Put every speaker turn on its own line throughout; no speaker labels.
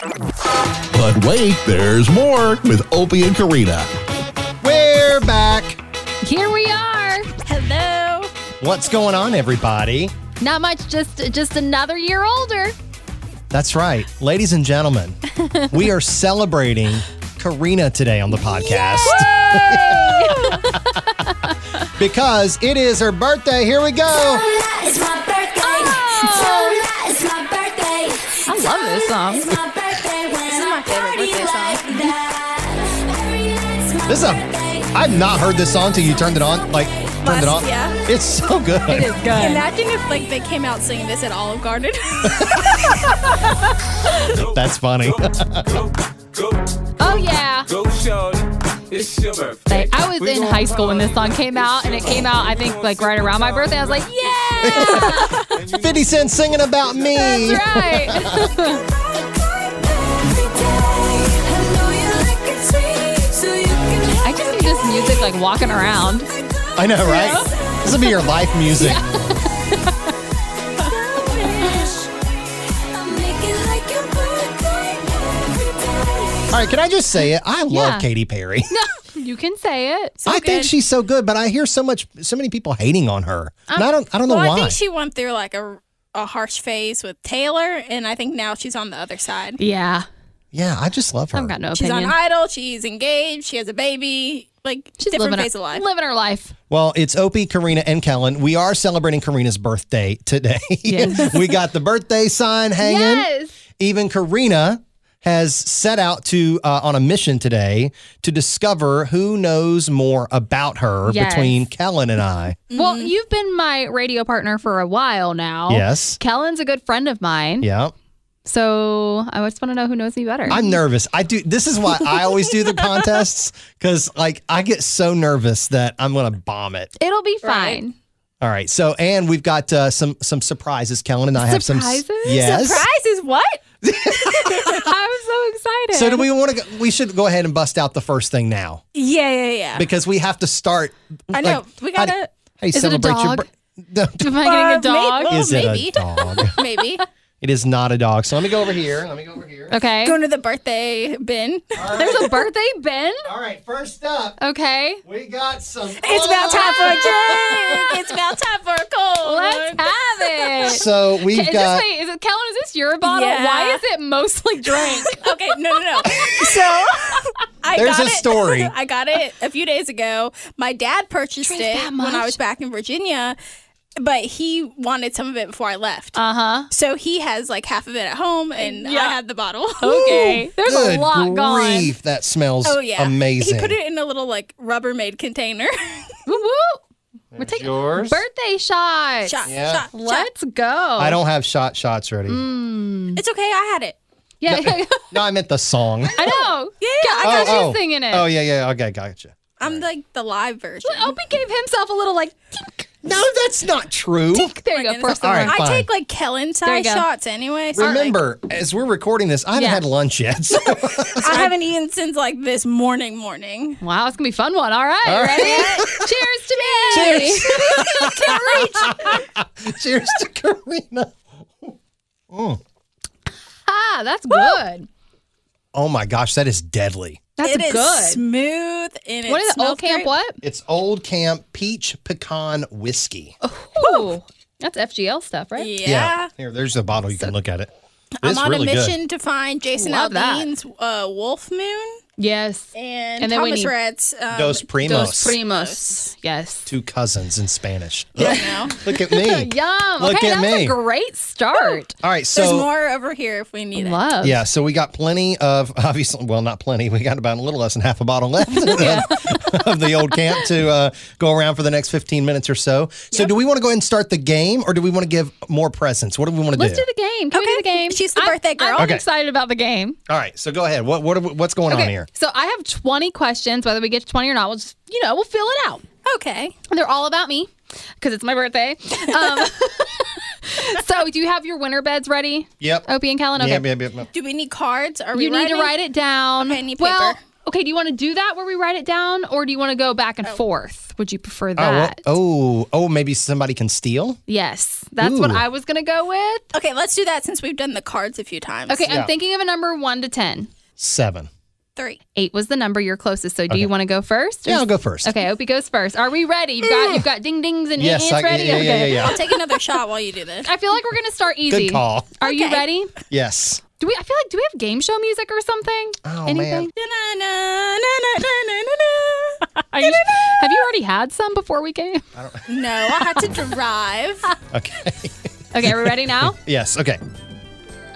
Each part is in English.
But wait, there's more with Opie and Karina.
We're back.
Here we are. Hello.
What's going on, everybody?
Not much, just just another year older.
That's right. Ladies and gentlemen, we are celebrating Karina today on the podcast because it is her birthday. Here we go.
Tonight is my birthday.
Oh.
Tonight is my birthday.
I love this song.
It's my birthday when this is my
favorite birthday song.
Mm-hmm.
This is a. I've not heard this song till you turned it on. Like, turned it on.
Must, yeah.
It's so good.
It is good.
Imagine if like they came out singing this at Olive Garden.
That's funny.
Oh yeah.
Go, Shorty. It's your birthday.
Like, I was in high school when this song came out, and it came out I think like right around my birthday. I was like, yeah,
50 Cent singing about me.
that's right. I just need this music like walking around.
I know, right? This will be your life music. All right, can I just say it? I love
Yeah.
Katy Perry.
You can say it.
I think
good.
she's so good, but I hear so much, so many people hating on her. and I don't, I don't know
well, I
why.
think she went through like a, a harsh phase with Taylor, and I think now she's on the other side.
Yeah.
yeah, I just love her.
I've got no
She's
opinion.
on Idol. She's engaged. She has a baby. Like
She's
different
living
phase
her,
of life.
living her life.
Well, it's Opie, Karina, and Kellen. We are celebrating Karina's birthday today.
Yes.
we got the birthday sign hanging.
Yes.
Even Karina has set out to uh, on a mission today to discover who knows more about her
Yes.
between Kellen and I.
Well, you've been my radio partner for a while now.
Yes.
Kellen's a good friend of mine.
Yeah.
So I just want to know who knows me better.
I'm nervous. I do. This is why I always do the contests because, like, I get so nervous that I'm gonna bomb it.
It'll be
Right.
fine.
All right. So, and we've got uh, some some surprises. Kellen and I have some
Surprises?
Yes.
Surprises? What?
I'm so excited.
So, do we want to? We should go ahead and bust out the first thing now
Yeah, yeah, yeah.
because we have to start.
I know. we
how do-
gotta.
How do you
Is it a
celebrate your?
dog?
bir- No,
Am I getting
Uh,
a dog?
maybe-
is
maybe.
it a dog?
Maybe
it is not a dog. So let me go over here. Let me go over here.
okay.
going to the birthday bin.
There's a birthday bin.
All right. First up,
Okay.
we got some.
It's about time for a drink. It's about time for a cold.
Let's have it.
So we've
Is
got.
this, wait, is it Kellen? Is this your bottle?
Yeah.
Why is it mostly drink?
okay, no, no, no. So I
There's
got
a
it.
story.
I got it a few days ago. My dad purchased
Drink
it
that
when I
much?
was back in Virginia, but he wanted some of it before I left.
Uh huh.
so he has like half of it at home, and I
Yeah.
had the bottle.
Okay. There's
Good
a lot gone.
grief, that smells
Oh yeah,
amazing.
He put it in a little like Rubbermaid container.
Woo woo. We're taking
yours.
birthday shots.
shot,
Yeah.
shot, Mm. shot.
Let's go.
I don't have shot shots ready.
It's okay. I had it.
Yeah.
No, I meant the song.
I know. Yeah,
oh,
I got you
oh.
singing it.
Oh yeah, yeah. Okay, gotcha.
I'm like the live version.
Opie gave himself a little like tink.
No, that's not true.
There you go. First
All
one.
right,
I
fine.
take like Kellen
There
size
you go.
shots anyway. so, like,
Remember, as we're recording this, I haven't
Yeah.
had lunch yet. So
I haven't eaten since like this morning. Morning.
Wow, it's gonna be a fun one. All right,
All right.
ready? Cheers to me.
Cheers. cheers to Karina.
Ah, that's good.
Oh my gosh, that is deadly.
That's
It is
good.
smooth and it
what is it?
smells
Old camp?
great.
What?
It's Old Camp Peach Pecan Whiskey.
Ooh, that's FGL stuff, right?
Oh, Yeah.
Here, there's a bottle. You can look at it.
I'm
It's
on
really
a
good.
mission to find Jason
Love that.
Aldean's uh, Wolf Moon
Yes.
and,
And then we
Thomas
need
Rhett's um,
Dos primos.
Dos primos. Yes.
Two cousins in Spanish.
I don't know.
Look at me.
Yum.
Look
okay,
at
that's
me.
a great start.
All right,
There's
so
more over here if we need it.
Love.
Yeah, so we got plenty of obviously, well, not plenty. We got about a little less than half a bottle left of, the old camp to uh, go around for the next fifteen minutes or so. So, do we want to go ahead and start the game, or do we want to give more presents? What do we want to do?
Let's do the game. Can we do the
Okay.
game?
She's the
I'm-
birthday girl.
I'm
Okay.
excited about the game.
All right, so go ahead. What what are we- what's going on here?
So I have 20 questions. Whether we get to 20 or not, we'll just you know we'll fill it out.
Okay.
They're all about me because it's my birthday. Um, so, do you have your winter beds ready,
Yep.
Opie and Kellen? Okay.
Yep, yep, yep, yep.
Do we need cards? Are we
You need to
writing?
write it down.
Okay, I need
Well,
paper.
Okay, do you want to do that where we write it down, or do you want to go back and
Oh.
forth? Would you prefer
Oh, well-
that?
oh, oh, maybe somebody can steal.
Yes, that's what
Ooh.
I was gonna go with.
Okay, let's do that since we've done the cards a few times.
Okay,
Yeah.
I'm thinking of a number one to ten.
Seven.
Three.
Eight was the number you're closest. So, do you want to go first? or
Yeah, I'll
just-
go first. Mm.
Okay, Opie goes first. Are we ready? You've got you've got ding dings and
Yes,
yes,
I,
ready.
yeah,
okay.
yeah, yeah, yeah.
I'll take another shot while you do this.
I feel like we're gonna start easy.
Good call.
Are you
Okay.
ready?
Yes.
Do we? I feel like do we have game show music or something?
Oh,
Anything?
Na-na-na-na-na-na-na-na.
Are you, have you already had some before we came?
No, I had to drive.
Okay.
Okay, are we ready now?
yes. Okay.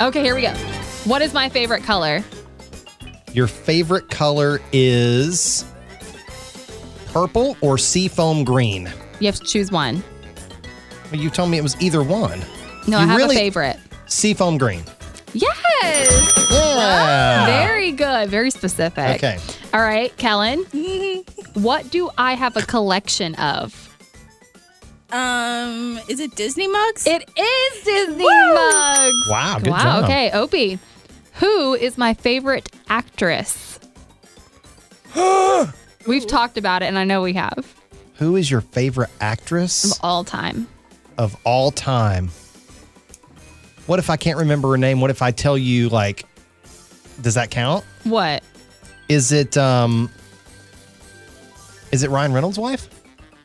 Okay, here we go. What is my favorite color?
Your favorite color is purple or seafoam green?
You have to choose one.
Well, you told me it was either one.
No,
You
I have
really-
a favorite.
Seafoam green.
Yes.
Yeah.
Very good. Very specific.
Ah. Okay.
All right, Kellen. what do I have a collection of?
Um, is it Disney mugs?
It is Disney mugs.
Wow. Ah, Good
wow.
job.
Okay, Opie. Who is my favorite actress? We've talked about it, and I know we have
Who is your favorite actress
all time.
of all time? What if I can't remember her name? What if I tell you like? Does that count?
What?
Is it um? Is it Ryan Reynolds' wife?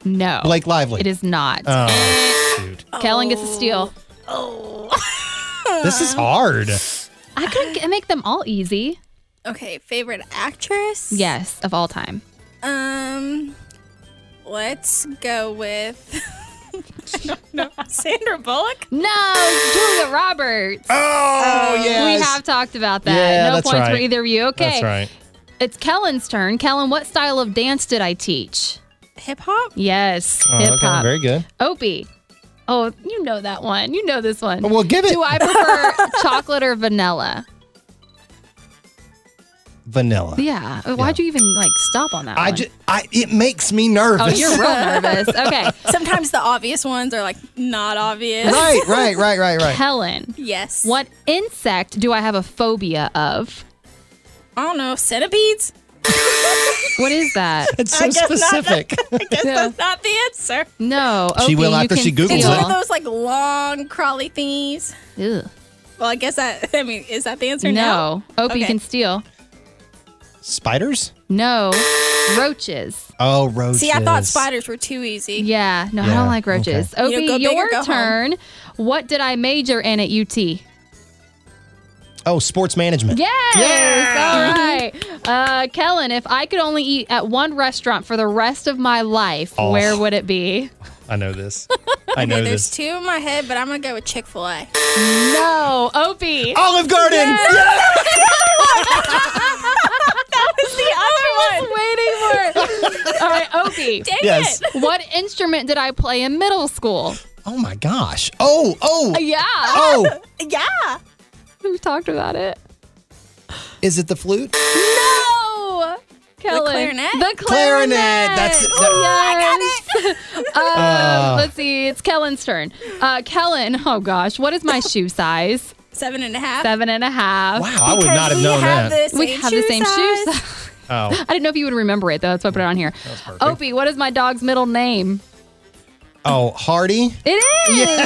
No.
Blake Lively.
Oh. It is not.
Oh, shoot.
Kellen gets a steal.
This is hard.
I could make them all easy.
okay, favorite actress?
Yes, of all time.
Um, let's go with. I don't know. Sandra Bullock?
No, Julia Roberts.
Oh yes.
We have talked about that.
Yeah,
no
that's
points for
right.
either of you. Okay.
That's right.
It's Kellen's turn. Kellen, what style of dance did I teach?
Hip hop?
Yes,
Oh,
hip
Okay,
hop.
very good.
Opie. Oh, you know that one. You know this one.
Well, give it
Do I prefer chocolate or vanilla?
vanilla.
Yeah. Why'd you even like stop on that?
I
one?
just, I, it makes me
Oh,
nervous.
you're real nervous. Okay.
Sometimes the obvious ones are like not obvious.
right, right, right, right, right.
Helen,
Yes.
what insect do I have a phobia of?
I don't know. Centipedes?
What is that?
It's so specific.
I guess
Yeah.
that's not the answer.
No.
She
Opie,
will
you
after
can
she Googles
It's
Cool.
one of
steal.
those like long crawly thingies.
Ugh.
Well, I guess that, I mean, is that the answer now?
No. Opie, you
Okay.
can steal.
Spiders?
No. Roaches.
Oh, roaches.
See, I thought spiders were too easy.
Yeah. No, I
Yeah,
don't like roaches.
You
Opie,
know, go big or
your
go home.
turn. What did I major in at UT? Yes.
Oh, sports management.
All right. Uh, Kellen, if I could only eat at one restaurant for the rest of my life,
Oh.
where would it be?
I know this. I know
Okay, there's
this.
two in my head, but I'm gonna go with Chick Fil A.
No. Opie.
Olive Garden. Yeah.
I was waiting for it. All right, Opie.
Yes.
What instrument did I play in middle school?
Oh my gosh. Oh, oh,
Yeah.
oh.
Yeah.
We've talked about it.
Is it the flute?
Uh,
No! Kellen.
clarinet?
The clarinet.
Clarinet. That's- that- Ooh,
yes.
Uh,
Ah.
um, let's see. It's Kellen's turn. Uh, Kellen, oh gosh, what is my shoe size?
Seven and a half.
Seven and a half.
Wow, I would not have
we
known
have
that.
The same
We have the same shoe
size.
size.
Oh,
I didn't know if you would remember it though. That's why I put it on here. Opie, what is my dog's middle name?
oh, Hardy.
It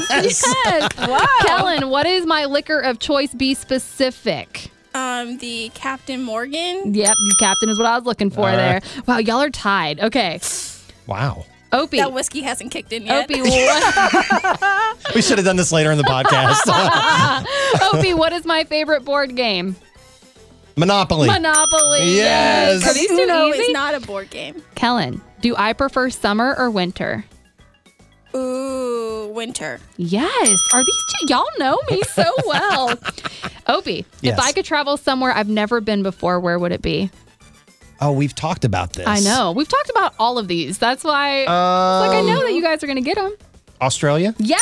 is. Yes. wow. Kellen, what is my liquor of choice? Be specific.
Um, the Captain Morgan.
Yep, you captain is what I was looking for
All
there.
right.
Wow, y'all are tied. Okay.
Wow.
Opie.
That whiskey hasn't kicked in yet.
Opie, what,
We should have done this later in the podcast.
Opie, what is my favorite board game?
Monopoly.
Monopoly.
Yes.
Are these too
no,
easy?
it's not a board game.
Kellen, do I prefer summer or winter?
Ooh, winter.
Yes. Are these two? Y'all know me so well. Opie,
Yes.
if I could travel somewhere I've never been before, where would it be?
oh, we've talked about this.
I know. We've talked about all of these. That's why.
Um,
like I know that you guys are gonna get them.
Australia.
Yes.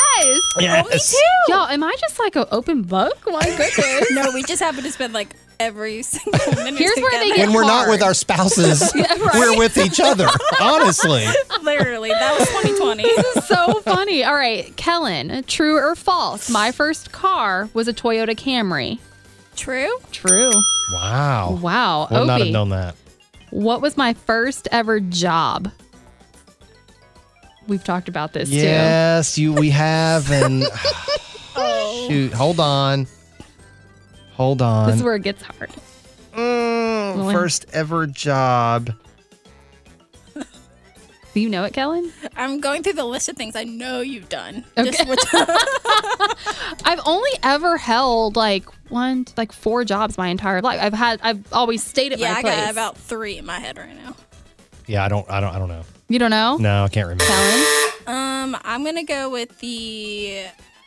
Yes.
Y'all, am I just like an open book? My goodness.
No, we just happen to spend like every single minute.
Here's where they
together.
when we're not with
hard.
our spouses,
right.
we're with each other. Honestly,
Literally, that was 2020.
so funny. All right, Kellen, true or false? My first car was a Toyota Camry.
True.
True.
wow.
Wow.
Would not
Opie,
have known that.
What was my first ever job? We've talked about this too.
Yes, you. We have, and shoot, hold on, hold on.
Oh. This is where it gets hard.
Mm, first ever job.
Do you know it, Kellen?
I'm going through the list of things I know you've done.
Okay.
Just which-
I've only ever held like one, like four jobs my entire life. I've had, I've always stayed at
yeah,
my
I
place.
got about three in my head right now.
Yeah, I don't, I don't, I don't know.
you don't know?
No, I can't remember.
Kellen?
Um, I'm gonna go with the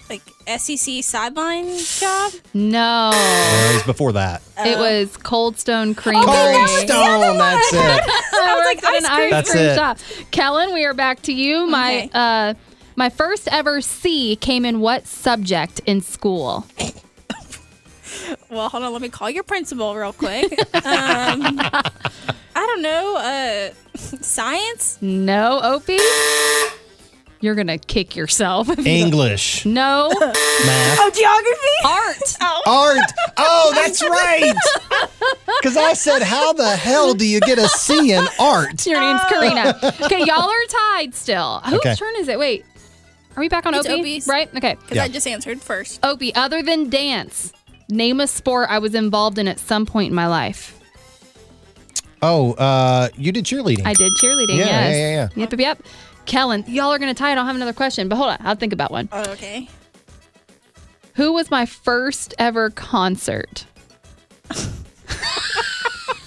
like SEC sideline job.
No.
Uh, it was before that.
it was Cold Stone Creamery.
Oh,
Cold Stone. That's it.
I was like,
ice cream.
That's it.
shop. Kellen, we are back to you. My
Okay.
uh, my first ever C came in what subject in school?
Well, hold on, let me call your principal real quick. um, I don't know. Uh, science.
No, Opie. You're gonna kick yourself.
English,
no,
math,
Oh,
Geography.
art.
art. Oh, that's right. Because I said, how the hell do you get a C in art?
Your name's Karina. Okay, y'all are tied still. Whose
Okay.
turn is it? Wait, are we back on
It's
Opie?
Opie's.
Right? Okay.
Because
Yeah.
I just answered first.
Opie, other than dance, name a sport I was involved in at some point in my life.
Oh, uh, you did cheerleading.
I did cheerleading.
Yeah,
yes.
yeah, yeah,
Yep, yep, yep. Kellen, y'all are gonna tie. I don't have another question, but hold on, I'll think about one.
Oh, okay.
Who was my first ever concert?
Oh,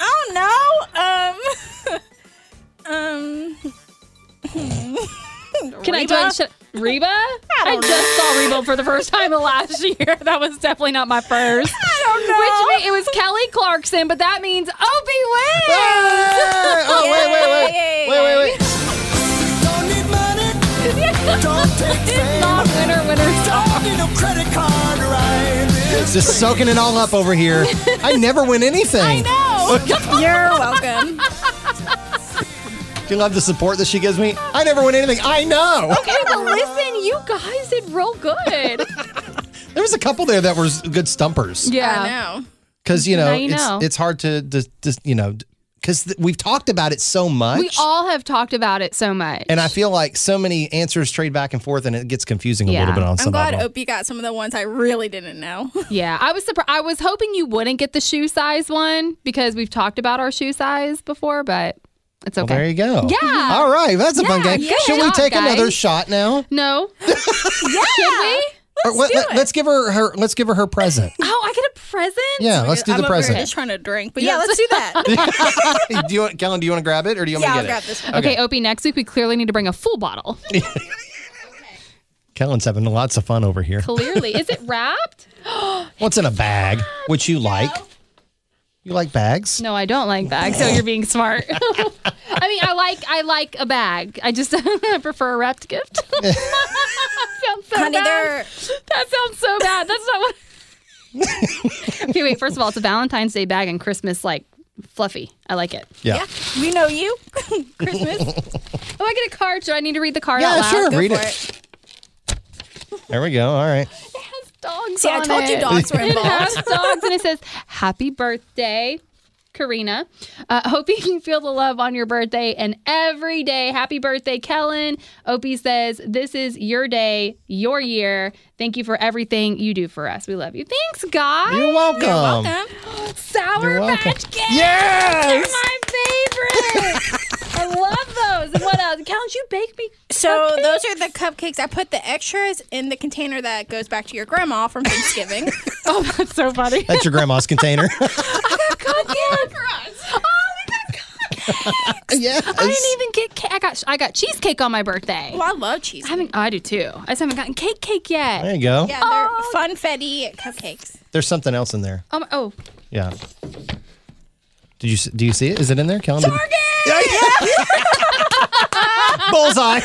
I don't know. Um. um.
Can I do
Reba?
it? Should- Reba? I, just saw Reba for the first time last year. That was definitely not my first. I don't know. Which means it was Kelly Clarkson, but that means Opie wins.
Ah! Oh, wait, wait, wait.
Yay.
Wait, wait, wait.
Don't need money. Don't take
It's not
fame.
winner, winner.
Don't need no credit card ride. It's
Just soaking it all up over here. I never win anything. I
You're welcome.
Do you love the support that she gives me? I never win anything. I know.
Okay, but listen, you guys did real good.
There was a couple there that were good stumpers.
yeah.
I know.
Because, you, know,
Now you
it's,
know.
it's hard to, to, to you know, because th- we've talked about it so much.
We all have talked about it so much.
and I feel like so many answers trade back and forth and it gets confusing a
Yeah.
little bit on
I'm
some
glad
of them.
Opie got some of the ones I really didn't know.
Yeah, I was surprised. I was hoping you wouldn't get the shoe size one because we've talked about our shoe size before, but it's
Well,
okay.
there you go. Mm-hmm.
Yeah.
All right. That's a fun
Yeah,
game.
good
Should we
job,
take
guys.
another shot now?
no. yeah. Can we?
Or let, let, us give her her. Let's give her her present.
Oh, I get a present?
Yeah. Let's do
I'm
the
over here
present.
just trying to drink, but yeah, let's do that.
do you want, Kellen? Do you want to grab it, or do you want
yeah, I'll
me to
grab
get it?
this one.
Okay, Opie, next week we clearly need to bring a full bottle.
Kellen's having lots of fun over here.
clearly. Is it wrapped?
What's in a bag? Which you like? You like bags?
No, I don't like bags. So you're being smart. I mean, I like I like a bag. I just prefer a wrapped gift. sounds so
Honey,
bad.
they're
That sounds so bad. That's not what. okay, wait. First of all, it's a Valentine's Day bag and Christmas like fluffy. I like it.
Yeah.
we know you. Christmas.
Oh, I get a card. Do I need to read the card
Yeah,
out loud?
sure. Read
for
it. There we go. All right.
It has dogs
See, I
on
told you
it.
dogs were
It has
involved.
dogs, and it says "Happy Birthday." Karina, uh, hoping you feel the love on your birthday and every day. Happy birthday, Kellen. Opie says, This is your day, your year. Thank you for everything you do for us. We love you. Thanks, guys.
You're welcome.
Welcome.
Sour
You're welcome.
Patch Kids. They're
Yes.
my favorite. I love those. And what else? Count you bake me.
So those are the cupcakes. I put the extras in the container that goes back to your grandma from Thanksgiving.
Oh, that's so funny.
That's your grandma's container.
Cupcakes. Oh, we got
yes.
I didn't even get cake. I got I got cheesecake on my birthday.
well, Oh, I love cheese.
I haven't. I do too. I just haven't gotten cake cake yet.
There you go.
yeah, they're funfetti cupcakes.
There's something else in there.
Um, oh,
Yeah. Did you s- do you see it? Is it in there, Kellen? Target. Bullseye.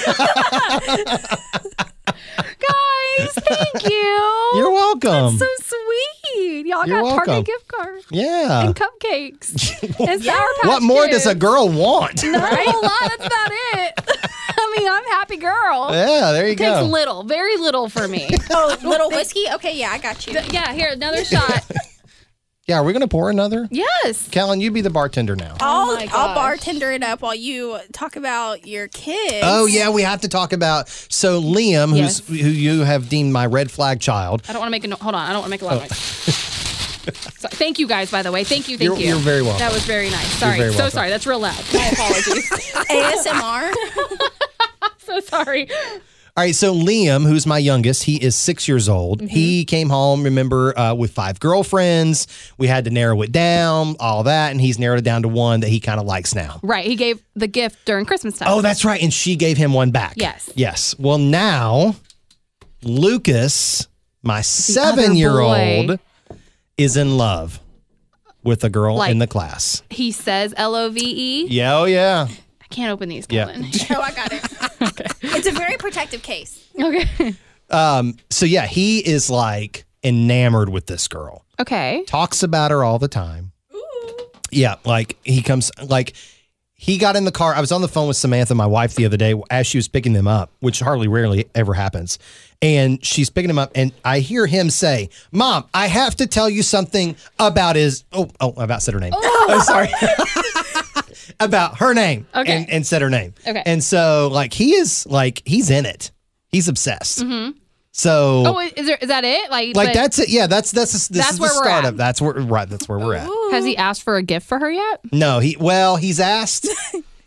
guys, thank you.
You're welcome.
so sweet. Y'all
You're
got
welcome.
Target gift card
yeah.
and cupcakes and sour patch
What more does a
Kids.
girl want?
Not a whole lot. That's about it. I mean, I'm a happy girl.
Yeah, there you
it takes
go.
little, very little for me.
Oh, little whiskey. Okay, yeah, I got you.
yeah, here another shot.
Yeah, are we going to pour another?
Yes.
Callan, you be the bartender now.
I'll,
my
I'll
gosh.
bartender it up while you talk about your kids.
Oh yeah, we have to talk about so Liam,
Yes.
who's who you have deemed my red flag child.
I don't want to make a no- hold on. I don't want to make a lot of noise. so, thank you guys, by the way. Thank you. Thank
Oh. You're-
you.
you're very welcome.
That was very nice. Sorry.
very
so
welcome.
sorry. That's real loud.
My apologies. ASMR.
so sorry.
All right, so Liam, who's my youngest, he is six years old.
Mm-hmm.
He came home, remember, uh, with five girlfriends. We had to narrow it down, all that, and he's narrowed it down to one that he kind of likes now.
Right. He gave the gift during Christmas time.
Oh, that's right, and she gave him one back.
Yes.
yes. Well, now Lucas, my
other
seven-year-old, is in love with a girl
Like-
in the class.
He says L O V E.
Yeah, oh yeah.
I can't open these.
Yeah.
Colin.
Oh, I got it. It's a very protective case.
okay.
Um, So yeah, he is like enamored with this girl.
Okay.
Talks about her all the time. Yeah, like he comes like he got in the car. I was on the phone with Samantha, my wife, the other day as she was picking them up, which hardly rarely ever happens. And she's picking him up, and I hear him say, "Mom, I have to tell you something about his." Oh, oh, I about said her name. I'm sorry. about her name.
Okay.
And, and said her name.
Okay.
And so, like, he is like he's in it. He's obsessed. So.
Mm-hmm. Oh, is, there, is that it? Like,
like
but
that's it. Yeah, that's that's this
That's
is
where
the
we're
startup.
at.
That's where right. That's where we're at.
Has he asked for a gift for her yet?
No, he well, he's asked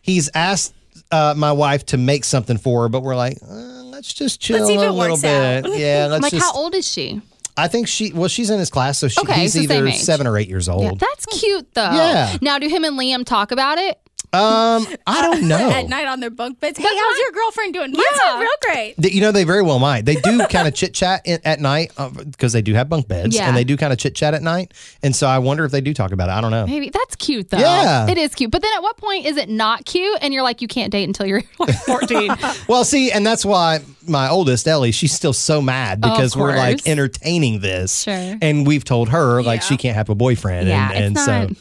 he's asked uh, my wife to make something for her, but we're like, uh, let's just chill
see if
a
it
little
works out.
bit. Yeah, let's
like,
just.
how old is she?
I think she well, she's in his class, so she,
Okay,
he's
so same
either
age.
seven or eight years
Yeah,
old.
that's cute though.
Yeah.
Now, do him and Liam talk about it?
um, I don't
At
know.
night on their bunk beds. Hey, how's your girlfriend doing? Mine's
Yeah.
yeah. real great.
That- You know, they very well might. They do kind of chit chat at night because they do have bunk beds,
Yeah.
and they do kind of chit chat at night. And so I wonder if they do talk about it. I don't know.
Maybe that's cute though.
Yeah.
It is cute. But then at what point is it not cute and you're like, you can't date until you're like 14?
Well, see, and that's why my oldest Ellie, she's still so mad
Of
because we're like
course.
entertaining this,
Sure.
and we've told her like she can't have a boyfriend,
Yeah,
and, and
it's
so
not-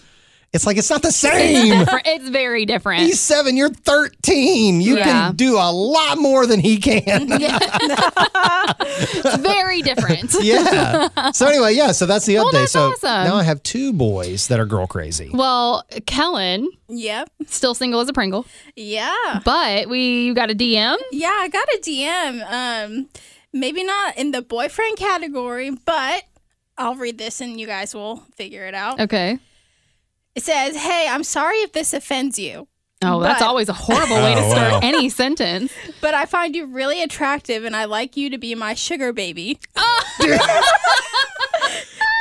it's like it's not the same.
Different- it's very different.
He's seven, you're thirteen. You
Yeah.
can do a lot more than he can.
It's very different.
yeah. So anyway, yeah. So that's the update.
that's
so
awesome.
now I have two boys that are girl crazy.
Well, Kellen,
Yep.
still single as a Pringle,
Yeah.
but we you got a DM.
Yeah, I got a DM. Um, maybe not in the boyfriend category, but I'll read this and you guys will figure it out.
Okay.
It says, "Hey, I'm sorry if this offends you,
Oh, that's
But-
always a horrible way to
Oh,
start
wow.
any sentence.
but I find you really attractive and I like you to be my sugar baby.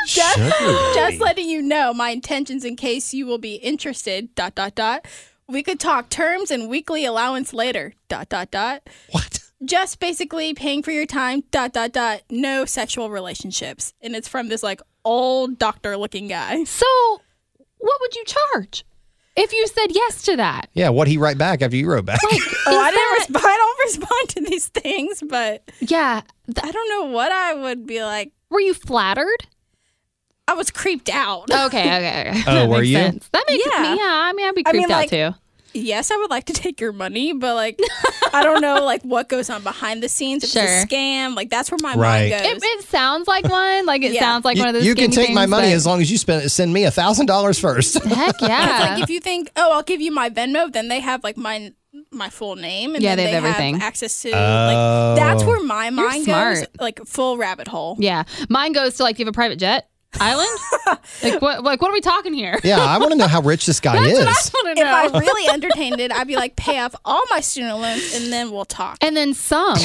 Just,
Just letting you know my intentions in case you will be interested. Dot dot dot. We could talk terms and weekly allowance later. Dot dot dot.
what?
Just basically paying for your time. Dot dot dot. No sexual relationships. And it's from this like old doctor looking guy.
So, what would you charge if you said yes to that?
Yeah. What he write back after you wrote back?
Oh, I didn't respond. I don't respond to these things, but
Yeah. Th-
I don't know what I would be like.
were you flattered?
I was creeped out.
Okay, okay, okay.
Oh,
That
were
makes
you?
Sense. That makes
Yeah.
me. Yeah, I mean, I'd be
I
creeped
mean,
out
like-
too.
yes, I would like to take your money, but like I don't know like what goes on behind the scenes. If
Sure.
it's a scam, like that's where my
Right.
mind
It,
goes.
it sounds like one. Like it
Yeah.
sounds like
you
one of those.
you can
scammy
take my
things,
money
but-
as long as you spend send me a thousand dollars first.
Heck yeah.
like if you think, oh, I'll give you my Venmo, then they have like my my full name, and
Yeah,
then
they have everything.
access to. Like that's
Oh.
where my mind goes,
smart.
like full rabbit hole.
yeah, mine goes to like, do you have a private jet island? like what? Like what are we talking here?
Yeah, I want to know how rich this guy is.
I don't
If I
know.
really entertained it, I'd be like, pay off all my student loans, and then we'll talk.
and then some.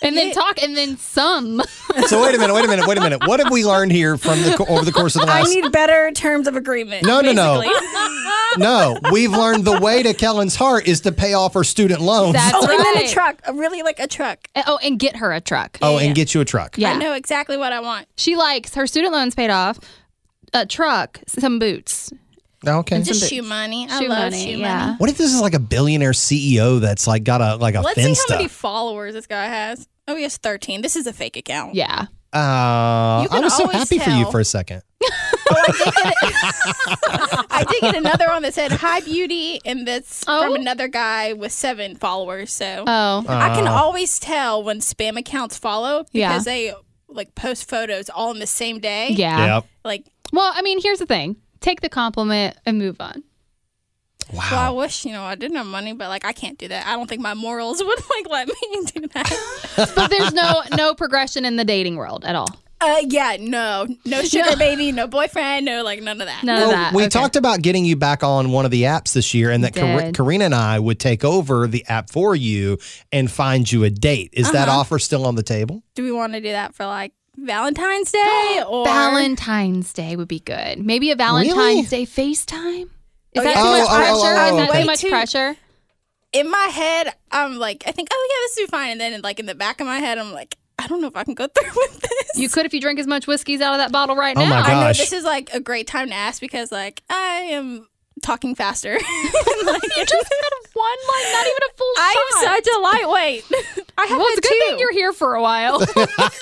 And then talk, and then some.
So wait a minute, wait a minute, wait a minute. What have we learned here from the co- over the course of the
I
last?
need better terms of agreement.
No, no, no.
basically.
No, we've learned the way to Kellen's heart is to pay off her student loans.
That's
Oh, and then
right.
a truck, a really like a truck.
And- Oh, and get her a truck.
oh, and get you a truck.
yeah,
I know exactly what I want.
she likes her student loans paid off, a truck, some boots,
Oh, Okay.
Just shoe money. I
shoe
love
money.
shoe
yeah.
money.
What if this is like a billionaire CEO that's like got a like a
Let's see how
Finsta?
many followers this guy has. Oh, he has 13. This is a fake account.
yeah.
uh, I
You can
was so
always
happy for you
tell.
for a second.
I did get another one that said, Hi, beauty. And that's
Oh.
from another guy with seven followers. So
Oh,
Uh.
I can always tell when spam accounts follow because
Yeah.
they like post photos all in the same day.
Yeah.
Yep.
Like,
Well, I mean, here's the thing. Take the compliment and move on.
well, I wish you know I didn't have money, but like I can't do that. I don't think my morals would like let me do that.
But there's no no progression in the dating world at all.
uh, yeah, no, no sugar baby, no boyfriend, no like none of that.
None
Well,
of that.
we
Okay.
talked about getting you back on one of the apps this year, and that Kar-
did.
Karina and I would take over the app for you and find you a date. Is that
Uh-huh.
offer still on the table?
Do we want to do that for like Valentine's Day or
Valentine's Day would be good. Maybe a Valentine's Day FaceTime. Is that too
yeah. Oh,
much
oh,
pressure?
oh,
Is
oh,
that
oh.
too much
Way too-
pressure?
in my head, I'm like, I think, oh yeah, this will be fine. And then, like in the back of my head, I'm like, I don't know if I can go through with this.
You could if you drink as much whiskeys out of that bottle right
Oh
now.
my
I know
gosh.
this is like a great time to ask because, like, I am talking faster. Like,
Just had one line, not even a full
I am
shot.
such a lightweight. I have
well, it's a good thing you're here for a while.
I'm about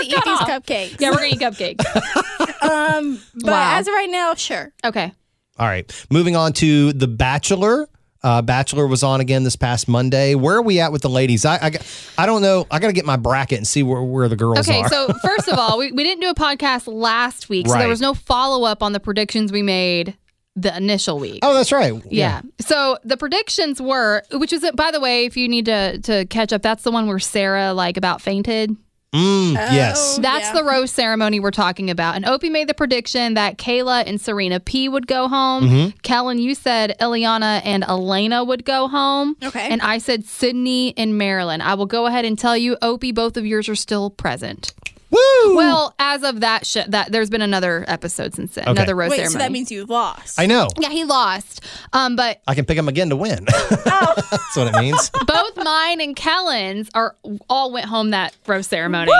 to eat these
off.
cupcakes.
yeah, we're gonna eat cupcakes.
Um, but
Wow.
as of right now, sure.
Okay.
All right. Moving on to The Bachelor. Uh, Bachelor was on again this past Monday. Where are we at with the ladies? I I, got- I don't know. I got to get my bracket and see where, where the girls
Okay,
are.
so first of all, we, we didn't do a podcast last week, so
Right.
there was no follow up on the predictions we made the initial week.
oh, that's right.
Yeah. So the predictions were, which is, by the way, if you need to to catch up, that's the one where Sarah like about fainted.
Mm,
Oh.
yes.
That's
Yeah.
the rose ceremony we're talking about. And Opie made the prediction that Kayla and Serena P would go home.
Mm-hmm.
Kellen, you said Ileana and Elena would go home.
Okay.
And I said Sydney and Marilyn. I will go ahead and tell you, Opie, both of yours are still present.
Woo!
Well, as of that, sh- that there's been another episode since then, another rose
Wait,
ceremony.
so that means you lost.
I know.
yeah, he lost. Um, but
I can pick them again to win.
Oh.
that's what it means.
both mine and Kellen's are all went home that rose ceremony.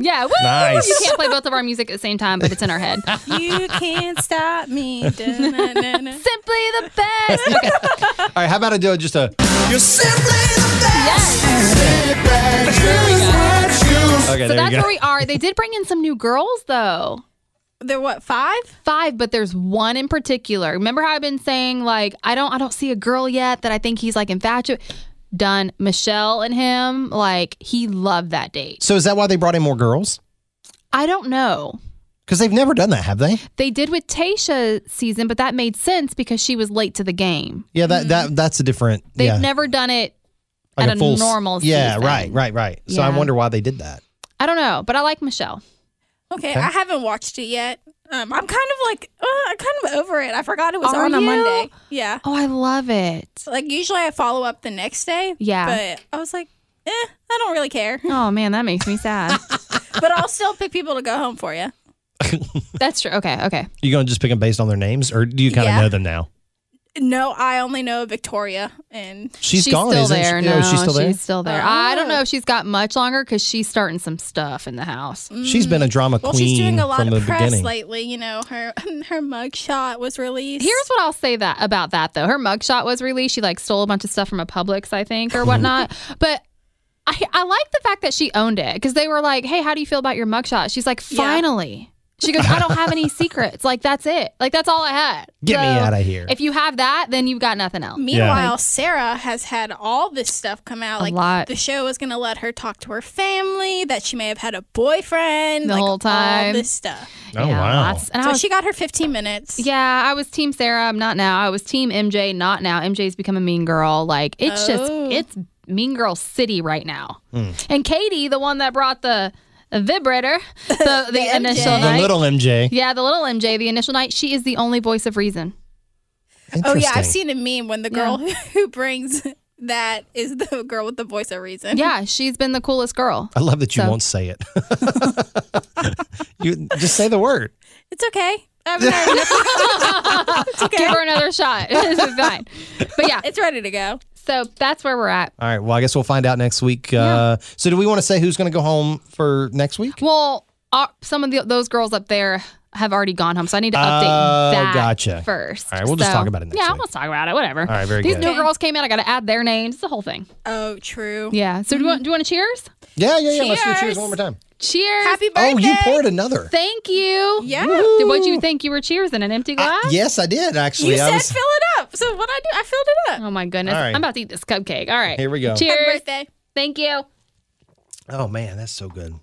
Yeah, woo!
Nice.
You can't play both of our music at the same time, but it's in our head.
you can't stop me. Da-na-na-na.
Simply the best. Okay.
All right. How about I do it just a.
You're simply the best.
Okay,
So
there
that's
you go.
where we are. They did bring in some new girls though.
They're what five?
Five, but there's one in particular. Remember how I've been saying like I don't I don't see a girl yet that I think he's like infatuated. Done. Michelle and him, like he loved that date.
so is that why they brought in more girls?
I don't know.
Because they've never done that, have they?
They did with Tasha season, but that made sense because she was late to the game.
Yeah, that that that's a different.
Mm-hmm. They've
yeah,
never done it
like
at a
full s-
normal
Yeah,
season.
right, right, right. So I
Yeah.
wonder why they did that.
I don't know, but I like Michelle.
Okay, I haven't watched it yet. Um, I'm kind of like, uh, I'm kind of over it. I forgot it was
Are
on a
you?
Monday. Yeah.
Oh, I love it.
Like usually I follow up the next day.
Yeah.
But I was like, eh, I don't really care.
Oh man, that makes me sad.
but I'll still pick people to go home for you.
That's true. Okay, okay.
You gonna just pick them based on their names, or do you kind of
Yeah.
know them now?
No, I only know Victoria and
She's
gone,
still
isn't
there.
she?
No,
Oh, she's still there.
She's still there. I don't know if she's got much longer because she's starting some stuff in the house.
She's been a drama
well,
queen
she's doing a lot
from
of
the
press
beginning.
lately. You know, her her mugshot was released.
Here's what I'll say that about that though. Her mugshot was released. She like stole a bunch of stuff from a Publix, I think, or whatnot. but I I like the fact that she owned it because they were like, "Hey, how do you feel about your mugshot?" She's like,
Yeah.
"Finally." She goes, "I don't have any secrets. Like that's it. Like that's all I had."
Get me outta here.
If you have that, then you've got nothing else.
Meanwhile, Sarah has had all this stuff come out.
A
like
lot.
the show was going to let her talk to her family that she may have had a boyfriend
The
like,
whole
All
time.
this stuff.
oh
Yeah,
wow!
lots. And I
So
was-
she got her 15 minutes.
yeah, I was team Sarah. I'm not now. I was team MJ. Not now. MJ's become a mean girl. Like it's
Oh.
just it's mean girl city right now.
Hmm.
And Katie, the one that brought the, the vibrator, the, the, initial
MJ.
the
night.
little MJ.
yeah, the little MJ, the initial night. She is the only voice of reason.
Oh yeah, I've
Interesting.
seen a meme when the girl who brings that is the girl with the voice of reason.
Yeah, she's been the coolest girl.
I love that you
So-
won't say it. you just say the word.
It's okay. I've been already- it's okay.
Give her another shot. it's fine. But yeah,
It's ready to go.
so that's where we're at.
All right. Well, I guess we'll find out next week. Uh, so, do we want to say who's going to go home for next week?
Well, uh, some of the, those girls up there have already gone home, so I need to update
Oh,
that
gotcha.
first.
All right, we'll just
So-
talk about it next
yeah,
week.
we'll talk about it. Whatever. All
right, very
These
good.
new girls came out. I got to add their names. It's the whole thing.
Oh, true.
Yeah. So do you want do you want to cheers?
Yeah, yeah, yeah. Let's do cheers
Cheers.
one more time.
Cheers.
Happy birthday.
Oh, you poured another.
Thank you.
Yeah.
Did What you think you were cheers in an empty glass?
Yes, I did actually.
You
I
said
was-
fill it up. So what I do, I filled it up.
Oh my goodness.
All right.
I'm about to eat this cupcake. All right.
Here we go.
Happy
Cheers.
birthday.
Thank you.
oh man, that's so good. All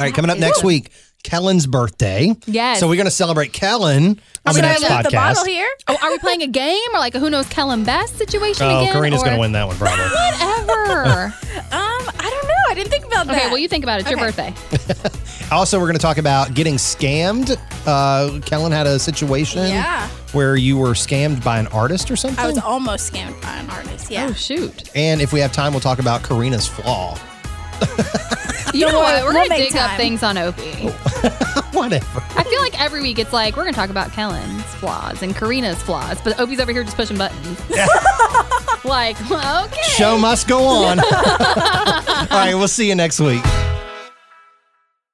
right, coming up next week, Kellen's birthday.
Yes.
So we're going to celebrate Kellen on the
Should I
next
leave the bottle
podcast.
here?
Oh, are we playing a game or like a who knows Kellen best situation
Oh,
again?
Karina's going
or-
to win that one probably.
Whatever.
Um, I don't know. I didn't think about that.
okay, well, you think about it. It's your
Okay.
birthday.
Also, we're going to talk about getting scammed. Uh, Kellen had a situation
Yeah.
where you were scammed by an artist or something.
I was almost scammed by an artist. Yeah.
Oh, shoot.
and if we have time, we'll talk about Karina's flaw.
You know what? We're
We'll
going to
make
dig up
time.
things on Opie.
Whatever.
I feel like every week it's like, we're going to talk about Kellen's flaws and Karina's flaws, but Opie's over here just pushing buttons. like, okay.
Show must go on. All right, we'll see you next week.